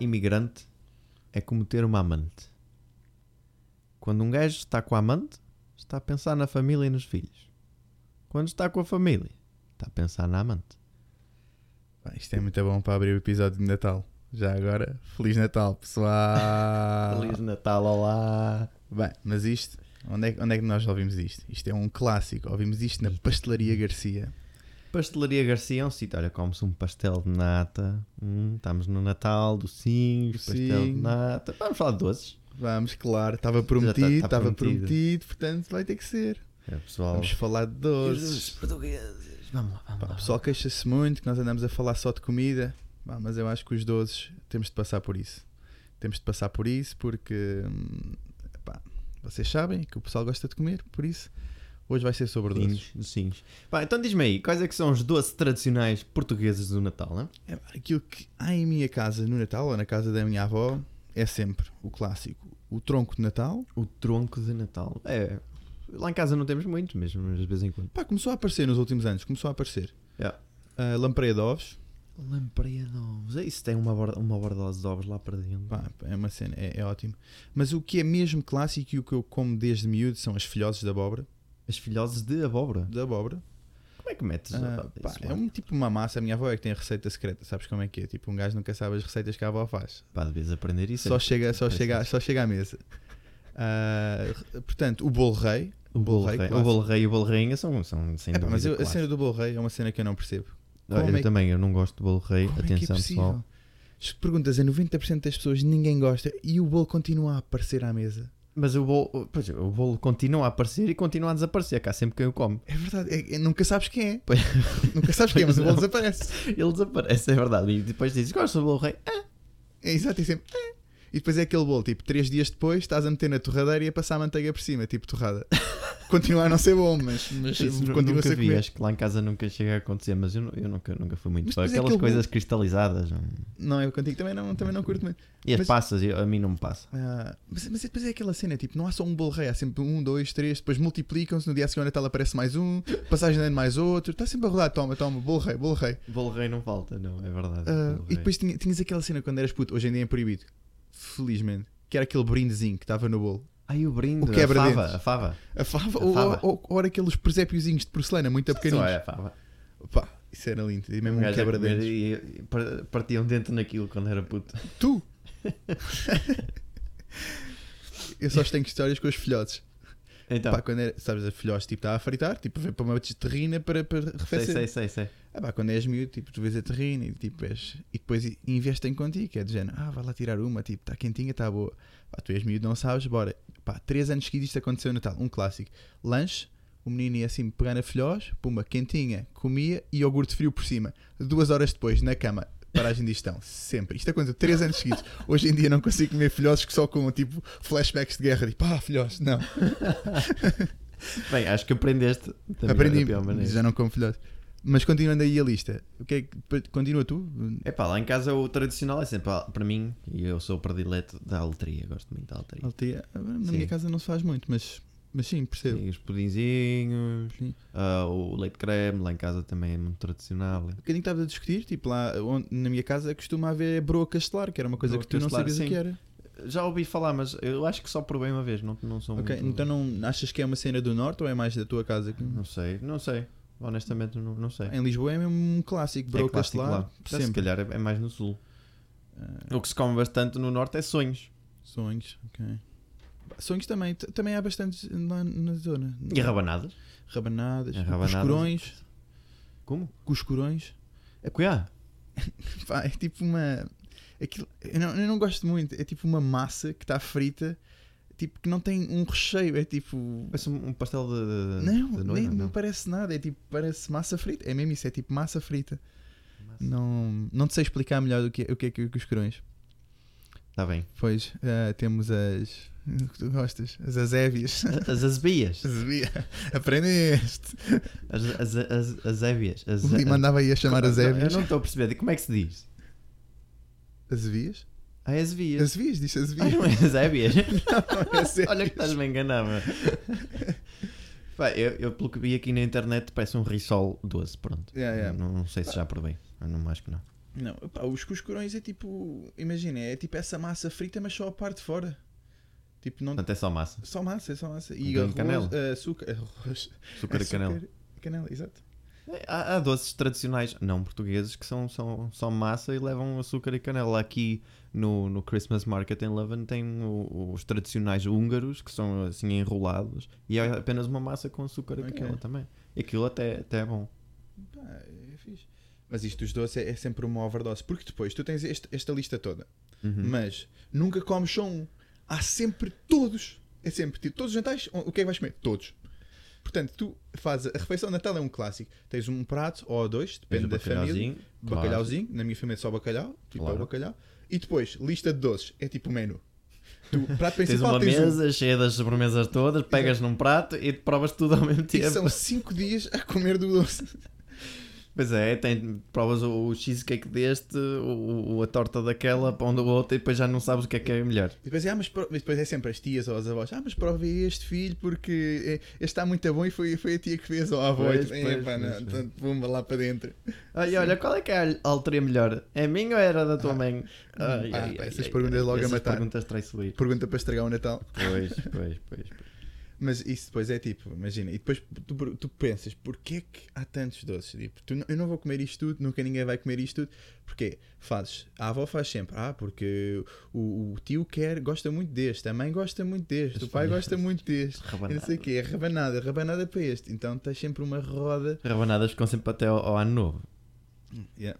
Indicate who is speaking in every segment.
Speaker 1: Imigrante é como ter uma amante. Quando um gajo está com a amante, está a pensar na família e nos filhos. Quando está com a família, está a pensar na amante.
Speaker 2: Pá, Isto é muito bom para abrir o episódio de Natal. Já agora, Feliz Natal, pessoal!
Speaker 1: Feliz Natal, olá!
Speaker 2: Bem, mas isto, onde é, que- onde é que nós ouvimos isto? Isto é um clássico. Ouvimos isto na Pastelaria Garcia.
Speaker 1: Pastelaria Garcia é um sítio, olha, come-se um pastel de nata. Hum, estamos no Natal, docinhos, pastel de
Speaker 2: Docinho.
Speaker 1: nata. Vamos falar de doces.
Speaker 2: Vamos, claro, estava
Speaker 1: tá-
Speaker 2: prometido,
Speaker 1: tá
Speaker 2: estava
Speaker 1: prometido.
Speaker 2: prometido. portanto vai ter que ser.
Speaker 1: É, pessoal.
Speaker 2: Vamos falar de
Speaker 1: Os
Speaker 2: doces.
Speaker 1: portugueses. Vamos lá, vamos
Speaker 2: Pá, o
Speaker 1: lá.
Speaker 2: pessoal queixa-se muito que nós andamos a falar só de comida, Pá, mas eu acho que os doces temos de passar por isso. Temos de passar por isso porque hum, pá, vocês sabem que o pessoal gosta de comer, por isso hoje vai ser sobre doces.
Speaker 1: Docinhos, docinhos. Pá, então diz-me aí, quais é que são os doces tradicionais portugueses do Natal, né?
Speaker 2: É, pá, aquilo que há em minha casa no Natal ou na casa da minha avó é sempre o clássico. O tronco de Natal
Speaker 1: O tronco de Natal. É, lá em casa não temos muito, mesmo, mas de vez em quando.
Speaker 2: pá, começou a aparecer nos últimos anos, começou a aparecer.
Speaker 1: Yeah.
Speaker 2: A lampreia de ovos,
Speaker 1: Lampreia de ovos. Isso tem uma, borda, uma bordose de ovos lá para dentro.
Speaker 2: É Pá, é uma cena, é, é ótimo. Mas o que é mesmo clássico e o que eu como desde miúdo são as filhoses de abóbora.
Speaker 1: As filhoses de abóbora.
Speaker 2: De abóbora.
Speaker 1: Como é que metes?
Speaker 2: Ah,
Speaker 1: abóbora?
Speaker 2: pá,
Speaker 1: Isso
Speaker 2: é
Speaker 1: lá.
Speaker 2: um tipo uma massa. A minha avó é que tem a receita secreta, sabes como é que é? Tipo, um gajo nunca sabe as receitas que a avó faz.
Speaker 1: Pá, devias aprender isso.
Speaker 2: Só chega, só,
Speaker 1: Pois
Speaker 2: chega,
Speaker 1: é.
Speaker 2: só chega à mesa. Ah, portanto, o bolo rei.
Speaker 1: O bolo rei, o
Speaker 2: clássico.
Speaker 1: bolo rei e o bolo rainha são, são sem
Speaker 2: É, pá,
Speaker 1: dúvida.
Speaker 2: mas eu- a
Speaker 1: clássicos.
Speaker 2: cena do bolo rei é uma cena que eu não percebo.
Speaker 1: Olha,
Speaker 2: como
Speaker 1: eu
Speaker 2: é que-
Speaker 1: também, eu não gosto de bolo rei.
Speaker 2: Como é que é
Speaker 1: Atenção,
Speaker 2: possível?
Speaker 1: pessoal.
Speaker 2: Se perguntas é a 90% das pessoas, ninguém gosta e o bolo continua a aparecer à mesa.
Speaker 1: Mas o bolo, pois, o bolo continua a aparecer e continua a desaparecer. Cá sempre quem o come.
Speaker 2: É verdade, é- é- nunca sabes quem é.
Speaker 1: Pois-
Speaker 2: nunca sabes quem é, mas o bolo
Speaker 1: Pois não.
Speaker 2: desaparece.
Speaker 1: Ele desaparece, é verdade. E depois dizes, gosto do bolo rei. Ah,
Speaker 2: É, exato, e sempre. "Ah". E depois é aquele bolo, tipo, três dias depois estás a meter na torradeira e a passar a manteiga por cima, tipo torrada. Continua a não ser bom, mas, mas
Speaker 1: isso nu-
Speaker 2: continua a
Speaker 1: nunca
Speaker 2: ser
Speaker 1: vi.
Speaker 2: comer.
Speaker 1: Acho que lá em casa nunca chega a acontecer, mas eu, nu- eu nunca, nunca fui muito
Speaker 2: Mas
Speaker 1: fã.
Speaker 2: depois é
Speaker 1: Aquelas
Speaker 2: aquele
Speaker 1: coisas cristalizadas. não-
Speaker 2: Não, eu contigo também não, também não curto muito.
Speaker 1: E as
Speaker 2: Mas-
Speaker 1: passas, eu- a mim não me passa.
Speaker 2: Ah, mas, mas depois é aquela cena, tipo, não há só um bolo rei, há sempre um, dois, três, depois multiplicam-se, no dia a seguir ao Natal aparece mais um, passagem de ano mais outro, está sempre a rodar, toma, toma, bolo rei, bolo rei.
Speaker 1: Bolo rei não falta, não, é verdade.
Speaker 2: Ah,
Speaker 1: bolo
Speaker 2: e
Speaker 1: rei.
Speaker 2: depois tinha- tinhas aquela cena quando eras puto, hoje em dia é proibido, felizmente, que era aquele brindezinho que estava no bolo.
Speaker 1: Ai, o brinde,
Speaker 2: o
Speaker 1: a
Speaker 2: quebra-dentes.
Speaker 1: fava, a
Speaker 2: Um
Speaker 1: fava.
Speaker 2: A fava,
Speaker 1: A
Speaker 2: ou,
Speaker 1: fava.
Speaker 2: Ou, ou era aqueles presépiozinhos de porcelana, muito pequeninos.
Speaker 1: Só é a fava.
Speaker 2: Pá, isso era lindo. E mesmo
Speaker 1: Um
Speaker 2: um
Speaker 1: gajo a comer
Speaker 2: quebra-dentes.
Speaker 1: e- e par- Partia um dente naquilo quando era puto.
Speaker 2: Tu! Eu só tenho histórias com os filhotes.
Speaker 1: Então,
Speaker 2: Pá, quando era, sabes, a filhotes tipo estava a fritar, tipo, veio para uma terrina para, para
Speaker 1: sei, sei,
Speaker 2: arrefecer.
Speaker 1: sei, sei.
Speaker 2: Ah, pá, quando és miúdo, tipo, tu vês a terrina e, tipo, és, e depois investem contigo, que é de género, ah, vai lá tirar uma, tipo, está quentinha, está boa. Pá, tu és miúdo, não sabes, bora. Pá, três anos seguidos isto aconteceu no Natal, um clássico. Lanche, o menino ia assim pegar na filhós, pumba, quentinha, comia e iogurte frio por cima. Duas horas depois, na cama, paragem de digestão, sempre. Isto aconteceu três anos seguidos. Hoje em dia não consigo comer filhoses que só com, tipo, flashbacks de guerra, tipo, ah, filhós, não.
Speaker 1: Bem, acho que aprendeste. também
Speaker 2: Aprendi,
Speaker 1: da pior é maneira.
Speaker 2: já não como filhós. Mas continuando aí a lista, o que é que, continua tu?
Speaker 1: É pá, lá em casa o tradicional é sempre, ah, para mim, e eu sou o predileto da alteria, gosto muito da alteria.
Speaker 2: Altia, ah, na
Speaker 1: Sim.
Speaker 2: minha casa não se faz muito, mas, mas sim, percebo.
Speaker 1: Sim, os pudinzinhos,
Speaker 2: Sim.
Speaker 1: ah, o leite creme, lá em casa também é muito tradicional.
Speaker 2: O Um bocadinho que estavas a discutir, tipo lá onde, na minha casa costuma haver broa castelar, que era uma coisa
Speaker 1: Broa
Speaker 2: que tu não
Speaker 1: castelar,
Speaker 2: sabias o
Speaker 1: sim.
Speaker 2: que era.
Speaker 1: Já ouvi falar, mas eu acho que só provei uma vez, não, não sou
Speaker 2: Ok,
Speaker 1: muito... Uhum.
Speaker 2: então não achas que é uma cena do norte ou é mais da tua casa? que-
Speaker 1: Não sei, não sei. Honestamente, não, não sei.
Speaker 2: Em Lisboa é mesmo um clássico, broa
Speaker 1: é clássico
Speaker 2: castelar.
Speaker 1: lá. Mas Se
Speaker 2: Sempre.
Speaker 1: calhar é é mais no sul.
Speaker 2: Ah,
Speaker 1: O que se come bastante no norte é sonhos.
Speaker 2: sonhos, ok. Sonhos também, t- também há bastantes lá na zona.
Speaker 1: E rabanadas.
Speaker 2: Rabanadas,
Speaker 1: E rabanadas.
Speaker 2: cuscurões,
Speaker 1: Como?
Speaker 2: cuscurões.
Speaker 1: É cuiá.
Speaker 2: Pá, é tipo uma. aquilo- eu, não, eu não gosto muito. É tipo uma massa que está frita, tipo que não tem um recheio. É tipo.
Speaker 1: Parece um um pastel de, de-
Speaker 2: Não,
Speaker 1: de
Speaker 2: nem,
Speaker 1: noiva,
Speaker 2: não
Speaker 1: não.
Speaker 2: parece nada. É tipo, parece massa frita. É mesmo isso, é tipo massa frita.
Speaker 1: Massa.
Speaker 2: Não, não te sei explicar melhor do que, o que é que, que os corões.
Speaker 1: Está Tá bem.
Speaker 2: Pois, ah, temos as. o que tu gostas? As azevias.
Speaker 1: As asbias.
Speaker 2: Azevia. Aprendeste.
Speaker 1: As, as, as, as évias. As,
Speaker 2: O Lima andava aí a chamar
Speaker 1: Eu não-
Speaker 2: azevias.
Speaker 1: Eu não estou a perceber. Como é que se diz?
Speaker 2: Azevias?
Speaker 1: Ah, és vias.
Speaker 2: As vias, diz as
Speaker 1: Ah,
Speaker 2: vias.
Speaker 1: não é? és ébias.
Speaker 2: Não, é
Speaker 1: Olha que estás-me a enganar, mano. Pá, eu, eu pelo que vi aqui na internet parece um risol doce, pronto.
Speaker 2: Yeah, yeah.
Speaker 1: Não, não sei se já provei. Eu não acho que não.
Speaker 2: Não, pá, os cuscurões é tipo, imagina, é tipo essa massa frita, mas só a parte de fora. Tipo, não.
Speaker 1: Portanto, é só massa.
Speaker 2: Só massa, é só massa.
Speaker 1: Um
Speaker 2: E
Speaker 1: bocadinho
Speaker 2: arroz,
Speaker 1: de canela.
Speaker 2: eh, açúcar, arroz,
Speaker 1: É Açúcar e canela.
Speaker 2: e canela, exato.
Speaker 1: Há, há doces tradicionais não portugueses que são, são, são massa e levam açúcar e canela. Aqui no, no Christmas Market em Leuven tem o- os tradicionais húngaros que são assim enrolados e é apenas uma massa com açúcar e
Speaker 2: Ok.
Speaker 1: canela também. E aquilo até, até é bom.
Speaker 2: Pá, é fixe. Mas isto dos doces é, é sempre uma overdose, porque depois tu tens este- esta lista toda,
Speaker 1: Uhum.
Speaker 2: mas nunca comes só um. Há sempre todos. É sempre, tipo, todos os jantares, o que é que vais comer? Todos. Portanto, tu fazes, a refeição de Natal é um clássico. Tens um prato ou dois, depende
Speaker 1: Tens o
Speaker 2: da família.
Speaker 1: bacalhauzinho, claro.
Speaker 2: Bacalhauzinho, na minha família é só bacalhau, tipo é
Speaker 1: Claro.
Speaker 2: o bacalhau. E depois, lista de doces, é tipo o menu. Tu, prato
Speaker 1: Tens
Speaker 2: principal,
Speaker 1: uma
Speaker 2: tens um.
Speaker 1: mesa cheia das sobremesas todas, pegas num prato e provas tudo ao mesmo
Speaker 2: E
Speaker 1: tempo.
Speaker 2: Tipo, são 5 dias a comer do doce.
Speaker 1: Pois é, tem, provas o, o cheesecake deste, o, o- a torta daquela, pão do outro e depois já não sabes o que é que é melhor.
Speaker 2: E depois, é, ah, mas pro- e depois é sempre as tias ou as avós. Ah, mas prova este filho porque é- este está muito bom e foi, foi a tia que fez ou a avó.
Speaker 1: Pois,
Speaker 2: e tu,
Speaker 1: pois,
Speaker 2: "Epá, não,
Speaker 1: pois, pois."
Speaker 2: então, pumba lá para dentro.
Speaker 1: Olha, olha, qual é que é a altura melhor? É minha ou era da tua mãe? Ai,
Speaker 2: pá,
Speaker 1: ai,
Speaker 2: Ah. pá,
Speaker 1: ai,
Speaker 2: essas
Speaker 1: ai,
Speaker 2: perguntas
Speaker 1: ai,
Speaker 2: logo a
Speaker 1: essas
Speaker 2: matar.
Speaker 1: perguntas traiçoeiras.
Speaker 2: Pergunta para estragar o Natal.
Speaker 1: Pois, pois, pois. pois.
Speaker 2: Mas isso depois é tipo, imagina. E depois tu, tu pensas, porquê que há tantos doces? Tipo, tu não- eu não vou comer isto tudo, nunca ninguém vai comer isto tudo. Porquê? Fazes. A avó faz sempre. Ah, porque o, o tio quer, gosta muito deste. A mãe gosta muito deste. O pai gosta muito deste. E não sei
Speaker 1: Rabanadas.
Speaker 2: o quê. É rabanada. Rabanada para este. Então tens sempre uma roda
Speaker 1: Rabanadas ficam sempre até ao, ao ano novo.
Speaker 2: Yeah.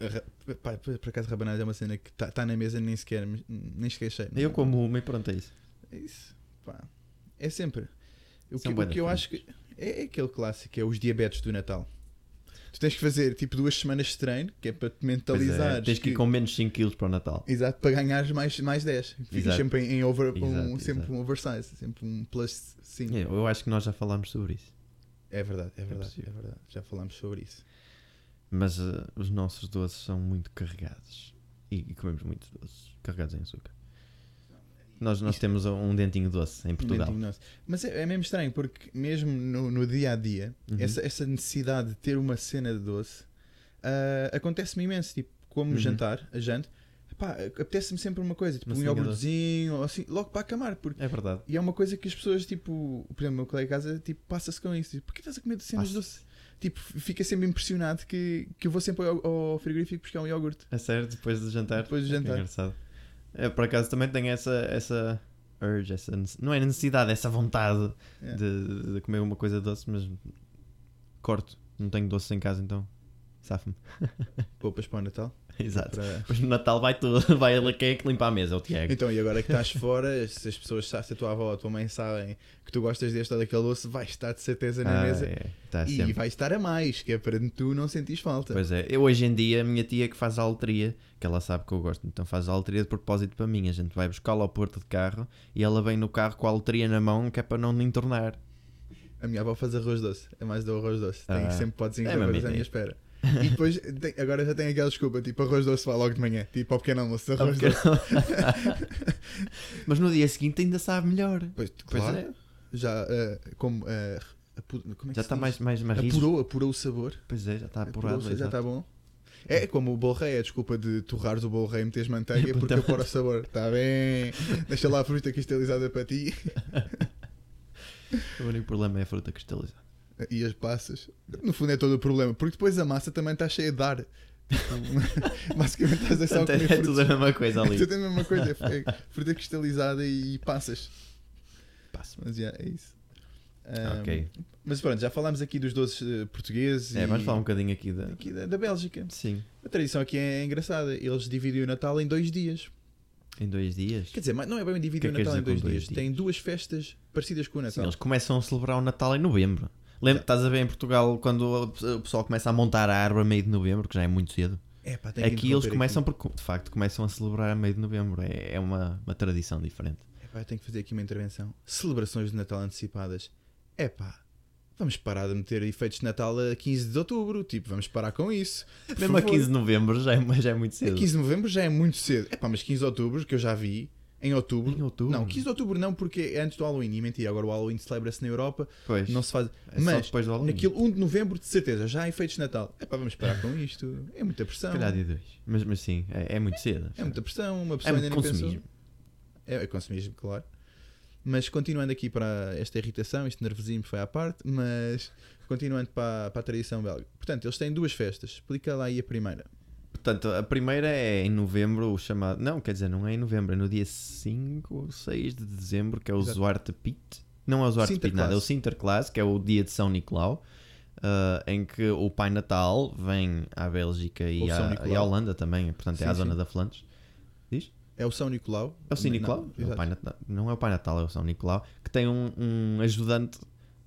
Speaker 2: Ra- Pá, por por acaso rabanada é uma cena que está na mesa nem sequer me- nem sequer sei.
Speaker 1: Eu como uma e pronto, é isso.
Speaker 2: É isso. Pá. É sempre. O que,
Speaker 1: São
Speaker 2: o
Speaker 1: bué
Speaker 2: que eu
Speaker 1: diferentes.
Speaker 2: acho que é é aquele clássico, é os diabetes do Natal. Tu tens que fazer tipo duas semanas de treino, que é para te
Speaker 1: Pois
Speaker 2: mentalizares.
Speaker 1: é, tens que ir com menos 5 quilos para o Natal.
Speaker 2: Exato, para ganhares mais, mais 10. Ficas
Speaker 1: Exato.
Speaker 2: sempre em, em over, um-
Speaker 1: Exato,
Speaker 2: sempre
Speaker 1: exato.
Speaker 2: um oversize, sempre um plus 5.
Speaker 1: Eu eu acho que nós já falámos sobre isso.
Speaker 2: É verdade, é verdade, é
Speaker 1: possível.
Speaker 2: verdade. Já falámos sobre isso.
Speaker 1: Mas eh, os nossos doces são muito carregados. E, e comemos muitos doces carregados em açúcar. Nós, nós
Speaker 2: é
Speaker 1: temos um dentinho doce em Portugal.
Speaker 2: Inventinho nosso. Mas é, é mesmo estranho, porque mesmo no, no dia a dia,
Speaker 1: Uhum.
Speaker 2: essa, essa necessidade de ter uma cena de doce ah, acontece-me imenso. Tipo, como
Speaker 1: Uhum.
Speaker 2: jantar, a jante, pá, apetece-me sempre uma coisa, tipo
Speaker 1: Uma
Speaker 2: um
Speaker 1: cena de
Speaker 2: iogurtezinho, ou assim, logo para acamar. Porque...
Speaker 1: É verdade.
Speaker 2: E é uma coisa que as pessoas, tipo, por exemplo, o meu colega de casa, tipo, passa-se com isso. Tipo, porquê estás a comer cenas
Speaker 1: Passa-se.
Speaker 2: doces? Tipo, fica sempre impressionado que, que eu vou sempre ao, ao frigorífico buscar um iogurte.
Speaker 1: A sério, depois do jantar.
Speaker 2: Depois do
Speaker 1: É
Speaker 2: jantar.
Speaker 1: engraçado. Eu, por acaso, também tenho essa, essa urge, essa, nece- não é necessidade, essa vontade
Speaker 2: É.
Speaker 1: de, de comer uma coisa doce, mas corto. Não tenho doce em casa, então safo-me.
Speaker 2: Poupas para o Natal.
Speaker 1: Exato.
Speaker 2: Para-
Speaker 1: Depois no Natal vai tudo, vai ele quem é que limpa a mesa, é o Tiago.
Speaker 2: Então, e agora que estás fora, se as pessoas sabem, se a tua avó ou a tua mãe sabem que tu gostas deste ou daquele doce, vais estar de certeza na
Speaker 1: Ah,
Speaker 2: mesa
Speaker 1: é, tá
Speaker 2: e
Speaker 1: sempre.
Speaker 2: vais estar a mais, que é para tu não sentires falta.
Speaker 1: Pois é, eu hoje em dia, a minha tia que faz a alteria, que ela sabe que eu gosto, então faz a alteria de propósito para mim. A gente vai buscá-la ao porto de carro e ela vem no carro com a alteria na mão, que é para não me entornar.
Speaker 2: A minha avó faz arroz doce, é mais do arroz doce. Tem,
Speaker 1: Ah.
Speaker 2: sempre podes
Speaker 1: É a
Speaker 2: encontrar
Speaker 1: mesma
Speaker 2: coisas à
Speaker 1: ideia.
Speaker 2: minha espera. E depois, tem- agora já tem aquela desculpa, tipo arroz doce vai logo de manhã, tipo ao pequeno almoço,
Speaker 1: Ah,
Speaker 2: arroz
Speaker 1: porque-
Speaker 2: doce.
Speaker 1: Mas no dia seguinte ainda sabe melhor.
Speaker 2: Pois,
Speaker 1: Pois
Speaker 2: claro,
Speaker 1: é.
Speaker 2: já ah, como, ah, apu- como é que
Speaker 1: Já
Speaker 2: se
Speaker 1: está
Speaker 2: diz?
Speaker 1: mais, mais marrido.
Speaker 2: apurou, apurou o sabor.
Speaker 1: Pois é, já está
Speaker 2: Apurou,
Speaker 1: apurado.
Speaker 2: já
Speaker 1: exato.
Speaker 2: está bom. É como o bolo rei, a desculpa de torrares o bolo rei e meteres manteiga porque
Speaker 1: Então-
Speaker 2: apura o sabor. Está bem, deixa lá a fruta cristalizada para ti
Speaker 1: O único problema é a fruta cristalizada.
Speaker 2: e as passas. No fundo é todo o problema, porque depois a massa também está cheia de ar. Tipo, Basicamente estás a só
Speaker 1: Portanto,
Speaker 2: comer
Speaker 1: é tudo a
Speaker 2: frutas.
Speaker 1: mesma coisa
Speaker 2: É
Speaker 1: ali.
Speaker 2: tudo a mesma coisa, é fruta cristalizada e passas.
Speaker 1: Passo.
Speaker 2: Mas yeah, é isso. Ahm,
Speaker 1: Ok.
Speaker 2: Mas pronto, já falámos aqui dos doces eh, portugueses
Speaker 1: É,
Speaker 2: e
Speaker 1: vamos falar um bocadinho aqui da.
Speaker 2: aqui da, da Bélgica.
Speaker 1: Sim,
Speaker 2: A tradição aqui é engraçada. Eles dividem o Natal em dois dias.
Speaker 1: em dois dias.
Speaker 2: Quer dizer, mas não é bem dividir
Speaker 1: O
Speaker 2: o
Speaker 1: que é que
Speaker 2: Natal em
Speaker 1: queres dizer
Speaker 2: dois,
Speaker 1: com dois
Speaker 2: dias. Tem duas festas parecidas com o
Speaker 1: Sim,
Speaker 2: Natal.
Speaker 1: eles começam a celebrar o Natal em novembro.
Speaker 2: É.
Speaker 1: Lembra, estás a ver em Portugal quando o pessoal começa a montar a árvore a meio de novembro, que já é muito cedo.
Speaker 2: É, pá, tem que
Speaker 1: Aqui eles
Speaker 2: interromper
Speaker 1: começam, porque de facto começam a celebrar a meio de novembro. É, é uma, uma tradição diferente.
Speaker 2: aqui. É, pá, eu tenho que fazer aqui uma intervenção. Celebrações de Natal antecipadas. É pá, Vamos parar de meter efeitos de Natal a 15 de outubro, tipo, vamos parar com isso. Por
Speaker 1: Mesmo a
Speaker 2: favor.
Speaker 1: 15 de novembro já é, mas já é muito
Speaker 2: A
Speaker 1: cedo.
Speaker 2: 15 de novembro já é muito cedo. Epá, mas 15 de outubro, que eu já vi, em outubro.
Speaker 1: Em outubro?
Speaker 2: Não, 15 de outubro não, porque é antes do Halloween. E mentira, agora o Halloween celebra-se na Europa,
Speaker 1: Pois,
Speaker 2: não se faz.
Speaker 1: é só
Speaker 2: mas,
Speaker 1: depois do Halloween.
Speaker 2: naquilo 1 de novembro, de certeza, já há efeitos de Natal. Epá, vamos parar com isto. É muita pressão.
Speaker 1: Se calhar dia 2. Mas, mas sim, é, é muito cedo.
Speaker 2: É muita pressão, uma
Speaker 1: É
Speaker 2: pessoa
Speaker 1: muito
Speaker 2: ainda nem pensou.
Speaker 1: consumismo.
Speaker 2: É, é consumismo, claro. Mas continuando aqui para esta irritação, este nervosismo foi à parte, mas continuando para, para a tradição belga. Portanto, eles têm duas festas. Explica lá aí a primeira.
Speaker 1: Portanto, a primeira é em novembro, o chamado. Não, quer dizer, não é em novembro, é no dia 5 ou 6 de dezembro, que é o
Speaker 2: Exato.
Speaker 1: Zuarte Pit. Não é o Zuarte Pit,
Speaker 2: Sinterklaas.
Speaker 1: nada, é o Sinterklaas, que é o dia de São Nicolau, ah, em que o Pai Natal vem à Bélgica
Speaker 2: Ou
Speaker 1: e,
Speaker 2: São
Speaker 1: à,
Speaker 2: Nicolau.
Speaker 1: e à Holanda também, portanto é
Speaker 2: Sim,
Speaker 1: à zona
Speaker 2: sim.
Speaker 1: da Flandres.
Speaker 2: É o São Nicolau.
Speaker 1: É o São
Speaker 2: Não,
Speaker 1: Nicolau? É o
Speaker 2: exato.
Speaker 1: Pai Natal- não é o Pai Natal, é o São Nicolau, que tem um, um ajudante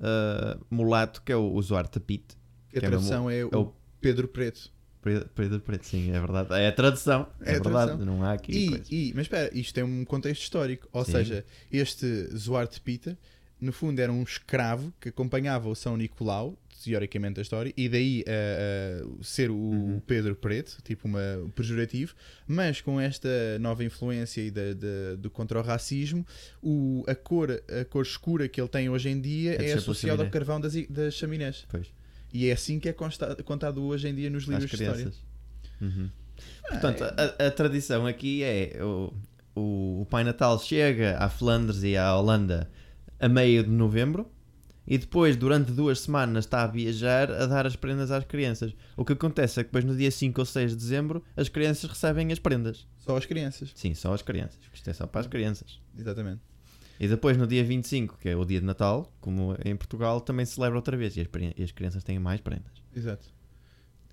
Speaker 1: ah, mulato, que é o, o Zuarte Pit.
Speaker 2: A
Speaker 1: que é mesmo-
Speaker 2: tradução é,
Speaker 1: é
Speaker 2: o Pedro Preto.
Speaker 1: Preto, preto, preto, sim, é verdade. É a tradução, é,
Speaker 2: É a
Speaker 1: verdade,
Speaker 2: tradução.
Speaker 1: não há aqui.
Speaker 2: E,
Speaker 1: coisa.
Speaker 2: e- mas espera, isto tem um contexto histórico. Ou
Speaker 1: Sim.
Speaker 2: seja, este Zuarte Pita, no fundo, era um escravo que acompanhava o São Nicolau, teoricamente a história, e daí ah, ah, ser o
Speaker 1: Uhum.
Speaker 2: Pedro Preto, tipo uma, um pejorativo, mas com esta nova influência e da, da- do contra o racismo, o, a, cor, a cor escura que ele tem hoje em dia
Speaker 1: É de
Speaker 2: é,
Speaker 1: ser pela
Speaker 2: associada
Speaker 1: chaminé.
Speaker 2: ao carvão das, i- das chaminés.
Speaker 1: Pois.
Speaker 2: E é assim que é consta- contado hoje em dia nos livros
Speaker 1: às
Speaker 2: de história.
Speaker 1: crianças. Uhum. Portanto, a, a tradição aqui é o, o, o Pai Natal chega à Flandres e à Holanda a meio de novembro e depois, durante duas semanas, está a viajar a dar as prendas às crianças. O que acontece é que depois, no dia 5 ou 6 de dezembro, as crianças recebem as prendas.
Speaker 2: Só as crianças.
Speaker 1: Sim, só as crianças, porque isto é só para as crianças.
Speaker 2: Exatamente.
Speaker 1: E depois, no dia 25, que é o dia de Natal, como em Portugal, também se celebra outra vez e as, pre- e as crianças têm mais prendas.
Speaker 2: Exato.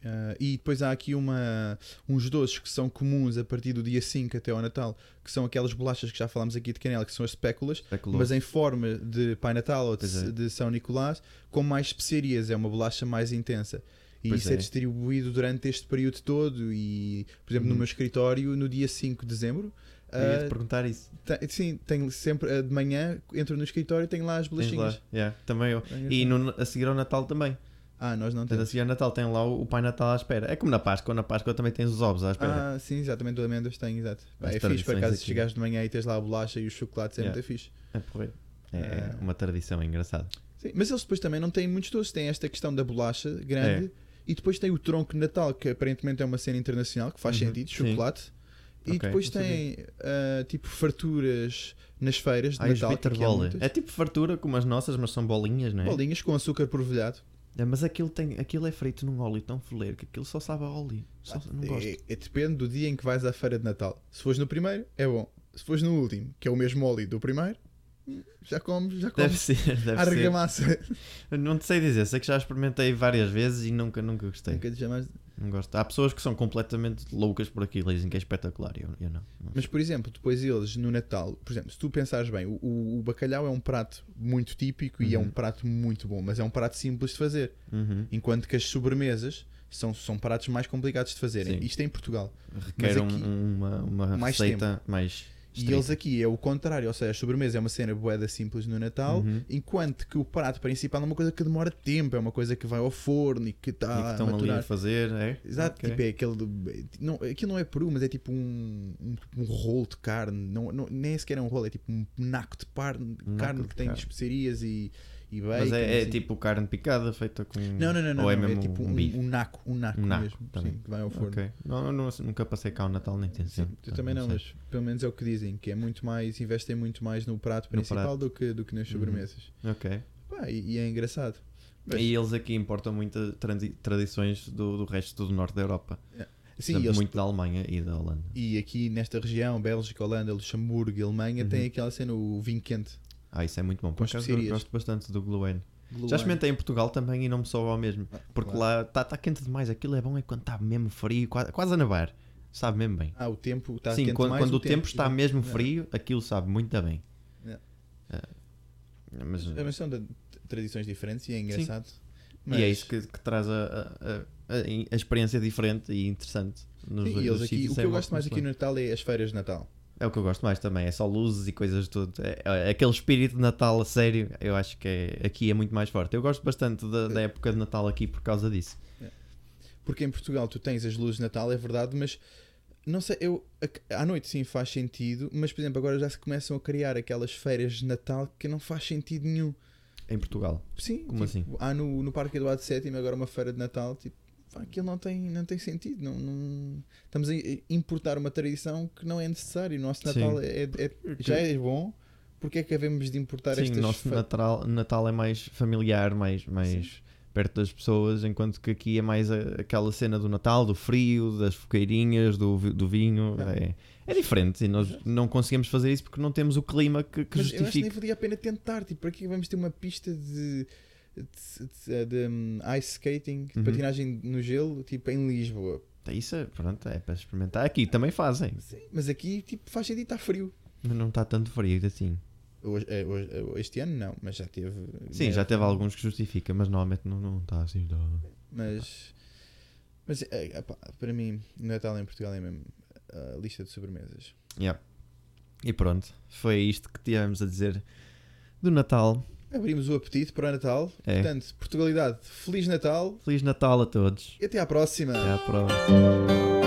Speaker 2: Ah, e depois há aqui uma, uns doces que são comuns a partir do dia 5 até ao Natal, que são aquelas bolachas que já falámos aqui de canela, que são as espéculas, mas eh, em forma de Pai Natal ou
Speaker 1: Pois é.
Speaker 2: de, de São Nicolás, com mais especiarias, é uma bolacha mais intensa. E
Speaker 1: Pois
Speaker 2: isso é.
Speaker 1: é.
Speaker 2: distribuído durante este período todo. E, por exemplo, no
Speaker 1: Uhum.
Speaker 2: meu escritório, no dia 5 de dezembro,
Speaker 1: Eu ia te
Speaker 2: ah,
Speaker 1: perguntar isso.
Speaker 2: te- sim, tenho sempre ah, de manhã, entro no escritório e tenho lá
Speaker 1: Tens
Speaker 2: as bolachinhas. assim.
Speaker 1: lá, yeah, também eu. E no- a seguir ao Natal também.
Speaker 2: Ah, nós não
Speaker 1: Portanto, a
Speaker 2: temos.
Speaker 1: seguir ao Natal tem lá o, o Pai Natal à espera. É como na Páscoa, na Páscoa também tens os ovos à espera.
Speaker 2: Ah, sim, exatamente, do amêndoas tem, exato. Pá,
Speaker 1: As
Speaker 2: é fixe, por
Speaker 1: tradições
Speaker 2: acaso,
Speaker 1: aqui.
Speaker 2: chegares de manhã e tens lá a bolacha e os chocolates, é
Speaker 1: Yeah.
Speaker 2: muito fixe.
Speaker 1: É, porreiro. É-
Speaker 2: Ah.
Speaker 1: é uma tradição engraçada.
Speaker 2: Sim, mas eles depois também não têm muitos doces, têm esta questão da bolacha grande
Speaker 1: É.
Speaker 2: e depois tem o tronco de Natal, que aparentemente é uma cena internacional, que faz
Speaker 1: Uhum,
Speaker 2: sentido,
Speaker 1: sim.
Speaker 2: chocolate. E
Speaker 1: Ok,
Speaker 2: depois
Speaker 1: não sabia.
Speaker 2: tem ah, tipo farturas nas feiras de
Speaker 1: Ah, e os
Speaker 2: Natal. que aqui há
Speaker 1: bitterballen.
Speaker 2: muitas.
Speaker 1: É tipo fartura como as nossas, mas são bolinhas, não é?
Speaker 2: Bolinhas com açúcar polvilhado.
Speaker 1: É, mas aquilo, tem, aquilo é frito num óleo tão foleiro que aquilo só sabe a óleo. Só- não gosto.
Speaker 2: É, é- depende do dia em que vais à feira de Natal. Se fores no primeiro, é bom. Se fores no último, que é o mesmo óleo do primeiro, já comes, já
Speaker 1: Deve
Speaker 2: comes.
Speaker 1: ser, deve ser.
Speaker 2: Argamassa.
Speaker 1: Não te sei dizer, sei que já experimentei várias vezes e nunca, nunca gostei.
Speaker 2: Nunca te chamas-
Speaker 1: Não gosto. Há pessoas que são completamente loucas por aquilo e dizem que é espetacular. Eu, eu não. não.
Speaker 2: Mas, por exemplo, depois eles no Natal, por exemplo, se tu pensares bem, o- o, o bacalhau é um prato muito típico e é um prato muito bom, mas é um prato simples de fazer.
Speaker 1: Uhum.
Speaker 2: Enquanto que as sobremesas são, são pratos mais complicados de fazerem.
Speaker 1: Sim.
Speaker 2: Isto é em Portugal.
Speaker 1: Requer um-
Speaker 2: aqui-
Speaker 1: uma, uma
Speaker 2: mais
Speaker 1: receita mais.
Speaker 2: E
Speaker 1: estrita.
Speaker 2: eles aqui é o contrário, ou seja, a sobremesa é uma cena boeda simples no Natal,
Speaker 1: Uhum.
Speaker 2: enquanto que o prato principal é uma coisa que demora tempo, é uma coisa que vai ao forno e que
Speaker 1: E que
Speaker 2: está a
Speaker 1: estão ali a
Speaker 2: ah, maturar.
Speaker 1: fazer, é?
Speaker 2: Exato,
Speaker 1: Ok.
Speaker 2: tipo é aquele. do- Não, aquilo não é peru, mas é tipo um, um, um rolo de carne. Não, não, nem sequer é um rolo, é tipo um naco de parne-
Speaker 1: Um naco
Speaker 2: carne
Speaker 1: de
Speaker 2: que tem
Speaker 1: carne.
Speaker 2: especiarias e, e bacon.
Speaker 1: Mas é, é
Speaker 2: assim.
Speaker 1: tipo carne picada feita com.
Speaker 2: Não, não, não, não.
Speaker 1: Ou é
Speaker 2: não,
Speaker 1: mesmo
Speaker 2: tipo
Speaker 1: um bife.
Speaker 2: um, naco, um naco
Speaker 1: Um naco,
Speaker 2: mesmo.
Speaker 1: tá
Speaker 2: sim,
Speaker 1: bem.
Speaker 2: que vai ao forno.
Speaker 1: Ok. Não, eu não- nunca passei cá o Natal nem tenho
Speaker 2: Sim,
Speaker 1: tempo.
Speaker 2: eu também não,
Speaker 1: sei.
Speaker 2: mas pelo menos é o que dizem, que é muito mais, investem muito mais no prato
Speaker 1: No
Speaker 2: principal
Speaker 1: prato.
Speaker 2: Do, que, do que nas
Speaker 1: Uhum.
Speaker 2: sobremesas.
Speaker 1: Ok.
Speaker 2: Pá, e, e é engraçado. Mas-
Speaker 1: E eles aqui importam muitas tradições do, do resto do norte da Europa.
Speaker 2: Sim,
Speaker 1: Portanto,
Speaker 2: eles
Speaker 1: Muito da Alemanha e da Holanda.
Speaker 2: E aqui nesta região, Bélgica, Holanda, Luxemburgo, e Alemanha,
Speaker 1: Uhum.
Speaker 2: tem aquela cena, o vinho quente.
Speaker 1: Ah, isso é muito bom.
Speaker 2: Com
Speaker 1: Por acaso eu
Speaker 2: especiarias.
Speaker 1: gosto bastante do Gluen. Já
Speaker 2: Glühwein.
Speaker 1: experimentei em Portugal também e não me soube ao mesmo.
Speaker 2: Ah,
Speaker 1: Porque
Speaker 2: claro.
Speaker 1: lá está tá quente demais. Aquilo é bom é quando está mesmo frio, quase, quase a nevar. Sabe mesmo bem.
Speaker 2: Ah, o tempo está
Speaker 1: Sim,
Speaker 2: quente
Speaker 1: quando,
Speaker 2: mais,
Speaker 1: quando o tempo, está mesmo
Speaker 2: É.
Speaker 1: frio, aquilo sabe muito bem.
Speaker 2: É.
Speaker 1: Ah, mas,
Speaker 2: É, Mas são de de tradições diferentes e é engraçado. Mas,
Speaker 1: E é isso que, que traz a, a- a- a experiência diferente e interessante nos
Speaker 2: Sim,
Speaker 1: dois-
Speaker 2: e eles
Speaker 1: dos
Speaker 2: aqui,
Speaker 1: sítios,
Speaker 2: o que
Speaker 1: é
Speaker 2: eu
Speaker 1: uma
Speaker 2: gosto mais aqui
Speaker 1: confusão.
Speaker 2: no Natal é as feiras de Natal.
Speaker 1: É o que eu gosto mais também, é só luzes e coisas tudo. É- é- aquele espírito de Natal a sério, eu acho que é- aqui é muito mais forte. Eu gosto bastante da,
Speaker 2: É.
Speaker 1: da época de Natal aqui por causa disso.
Speaker 2: Porque em Portugal tu tens as luzes de Natal, é verdade, mas não sei, eu a- à noite sim faz sentido, mas por exemplo, agora já se começam a criar aquelas feiras de Natal que não faz sentido nenhum.
Speaker 1: Em Portugal.
Speaker 2: Sim,
Speaker 1: Como assim?
Speaker 2: tipo, há no, no Parque Eduardo VII agora uma feira de Natal, tipo, pá, aquilo não tem, não tem sentido. Não, não- Estamos a importar uma tradição que não é necessária. O nosso
Speaker 1: Sim.
Speaker 2: Natal é, é- já é bom, porque é que havemos de importar
Speaker 1: Sim,
Speaker 2: estas
Speaker 1: o nosso
Speaker 2: fe-
Speaker 1: Natal, Natal é mais familiar, mais, mais perto das pessoas, enquanto que aqui é mais a- aquela cena do Natal, do frio, das fogueirinhas, do, vi- do vinho.
Speaker 2: Ah.
Speaker 1: É, é diferente e nós não conseguimos fazer isso porque não temos o clima que, que
Speaker 2: Mas eu acho que nem
Speaker 1: justifique.
Speaker 2: valia a pena tentar, tipo, para que vamos ter uma pista de, de- de- de, hum, ice skating, de
Speaker 1: Uhum.
Speaker 2: patinagem no gelo, tipo, em Lisboa?
Speaker 1: Isso é, pronto, é para experimentar. Aqui também fazem,
Speaker 2: Sim, mas aqui, tipo, faz sentido, está frio.
Speaker 1: mas não está tanto frio assim.
Speaker 2: Hoje- é, hoje- é, este ano não, mas já teve.
Speaker 1: Sim,
Speaker 2: né,
Speaker 1: já teve alguns que justifica, mas normalmente não, não está assim. não.
Speaker 2: Mas, mas é, é, pá, para mim, Natal em Portugal é mesmo a lista de sobremesas.
Speaker 1: E pronto, foi isto que tivemos a dizer do Natal.
Speaker 2: Abrimos o apetite para o Natal.
Speaker 1: É.
Speaker 2: Portanto, Portugalidade, Feliz Natal
Speaker 1: Feliz Natal a todos.
Speaker 2: e até à próxima!
Speaker 1: Até à próxima.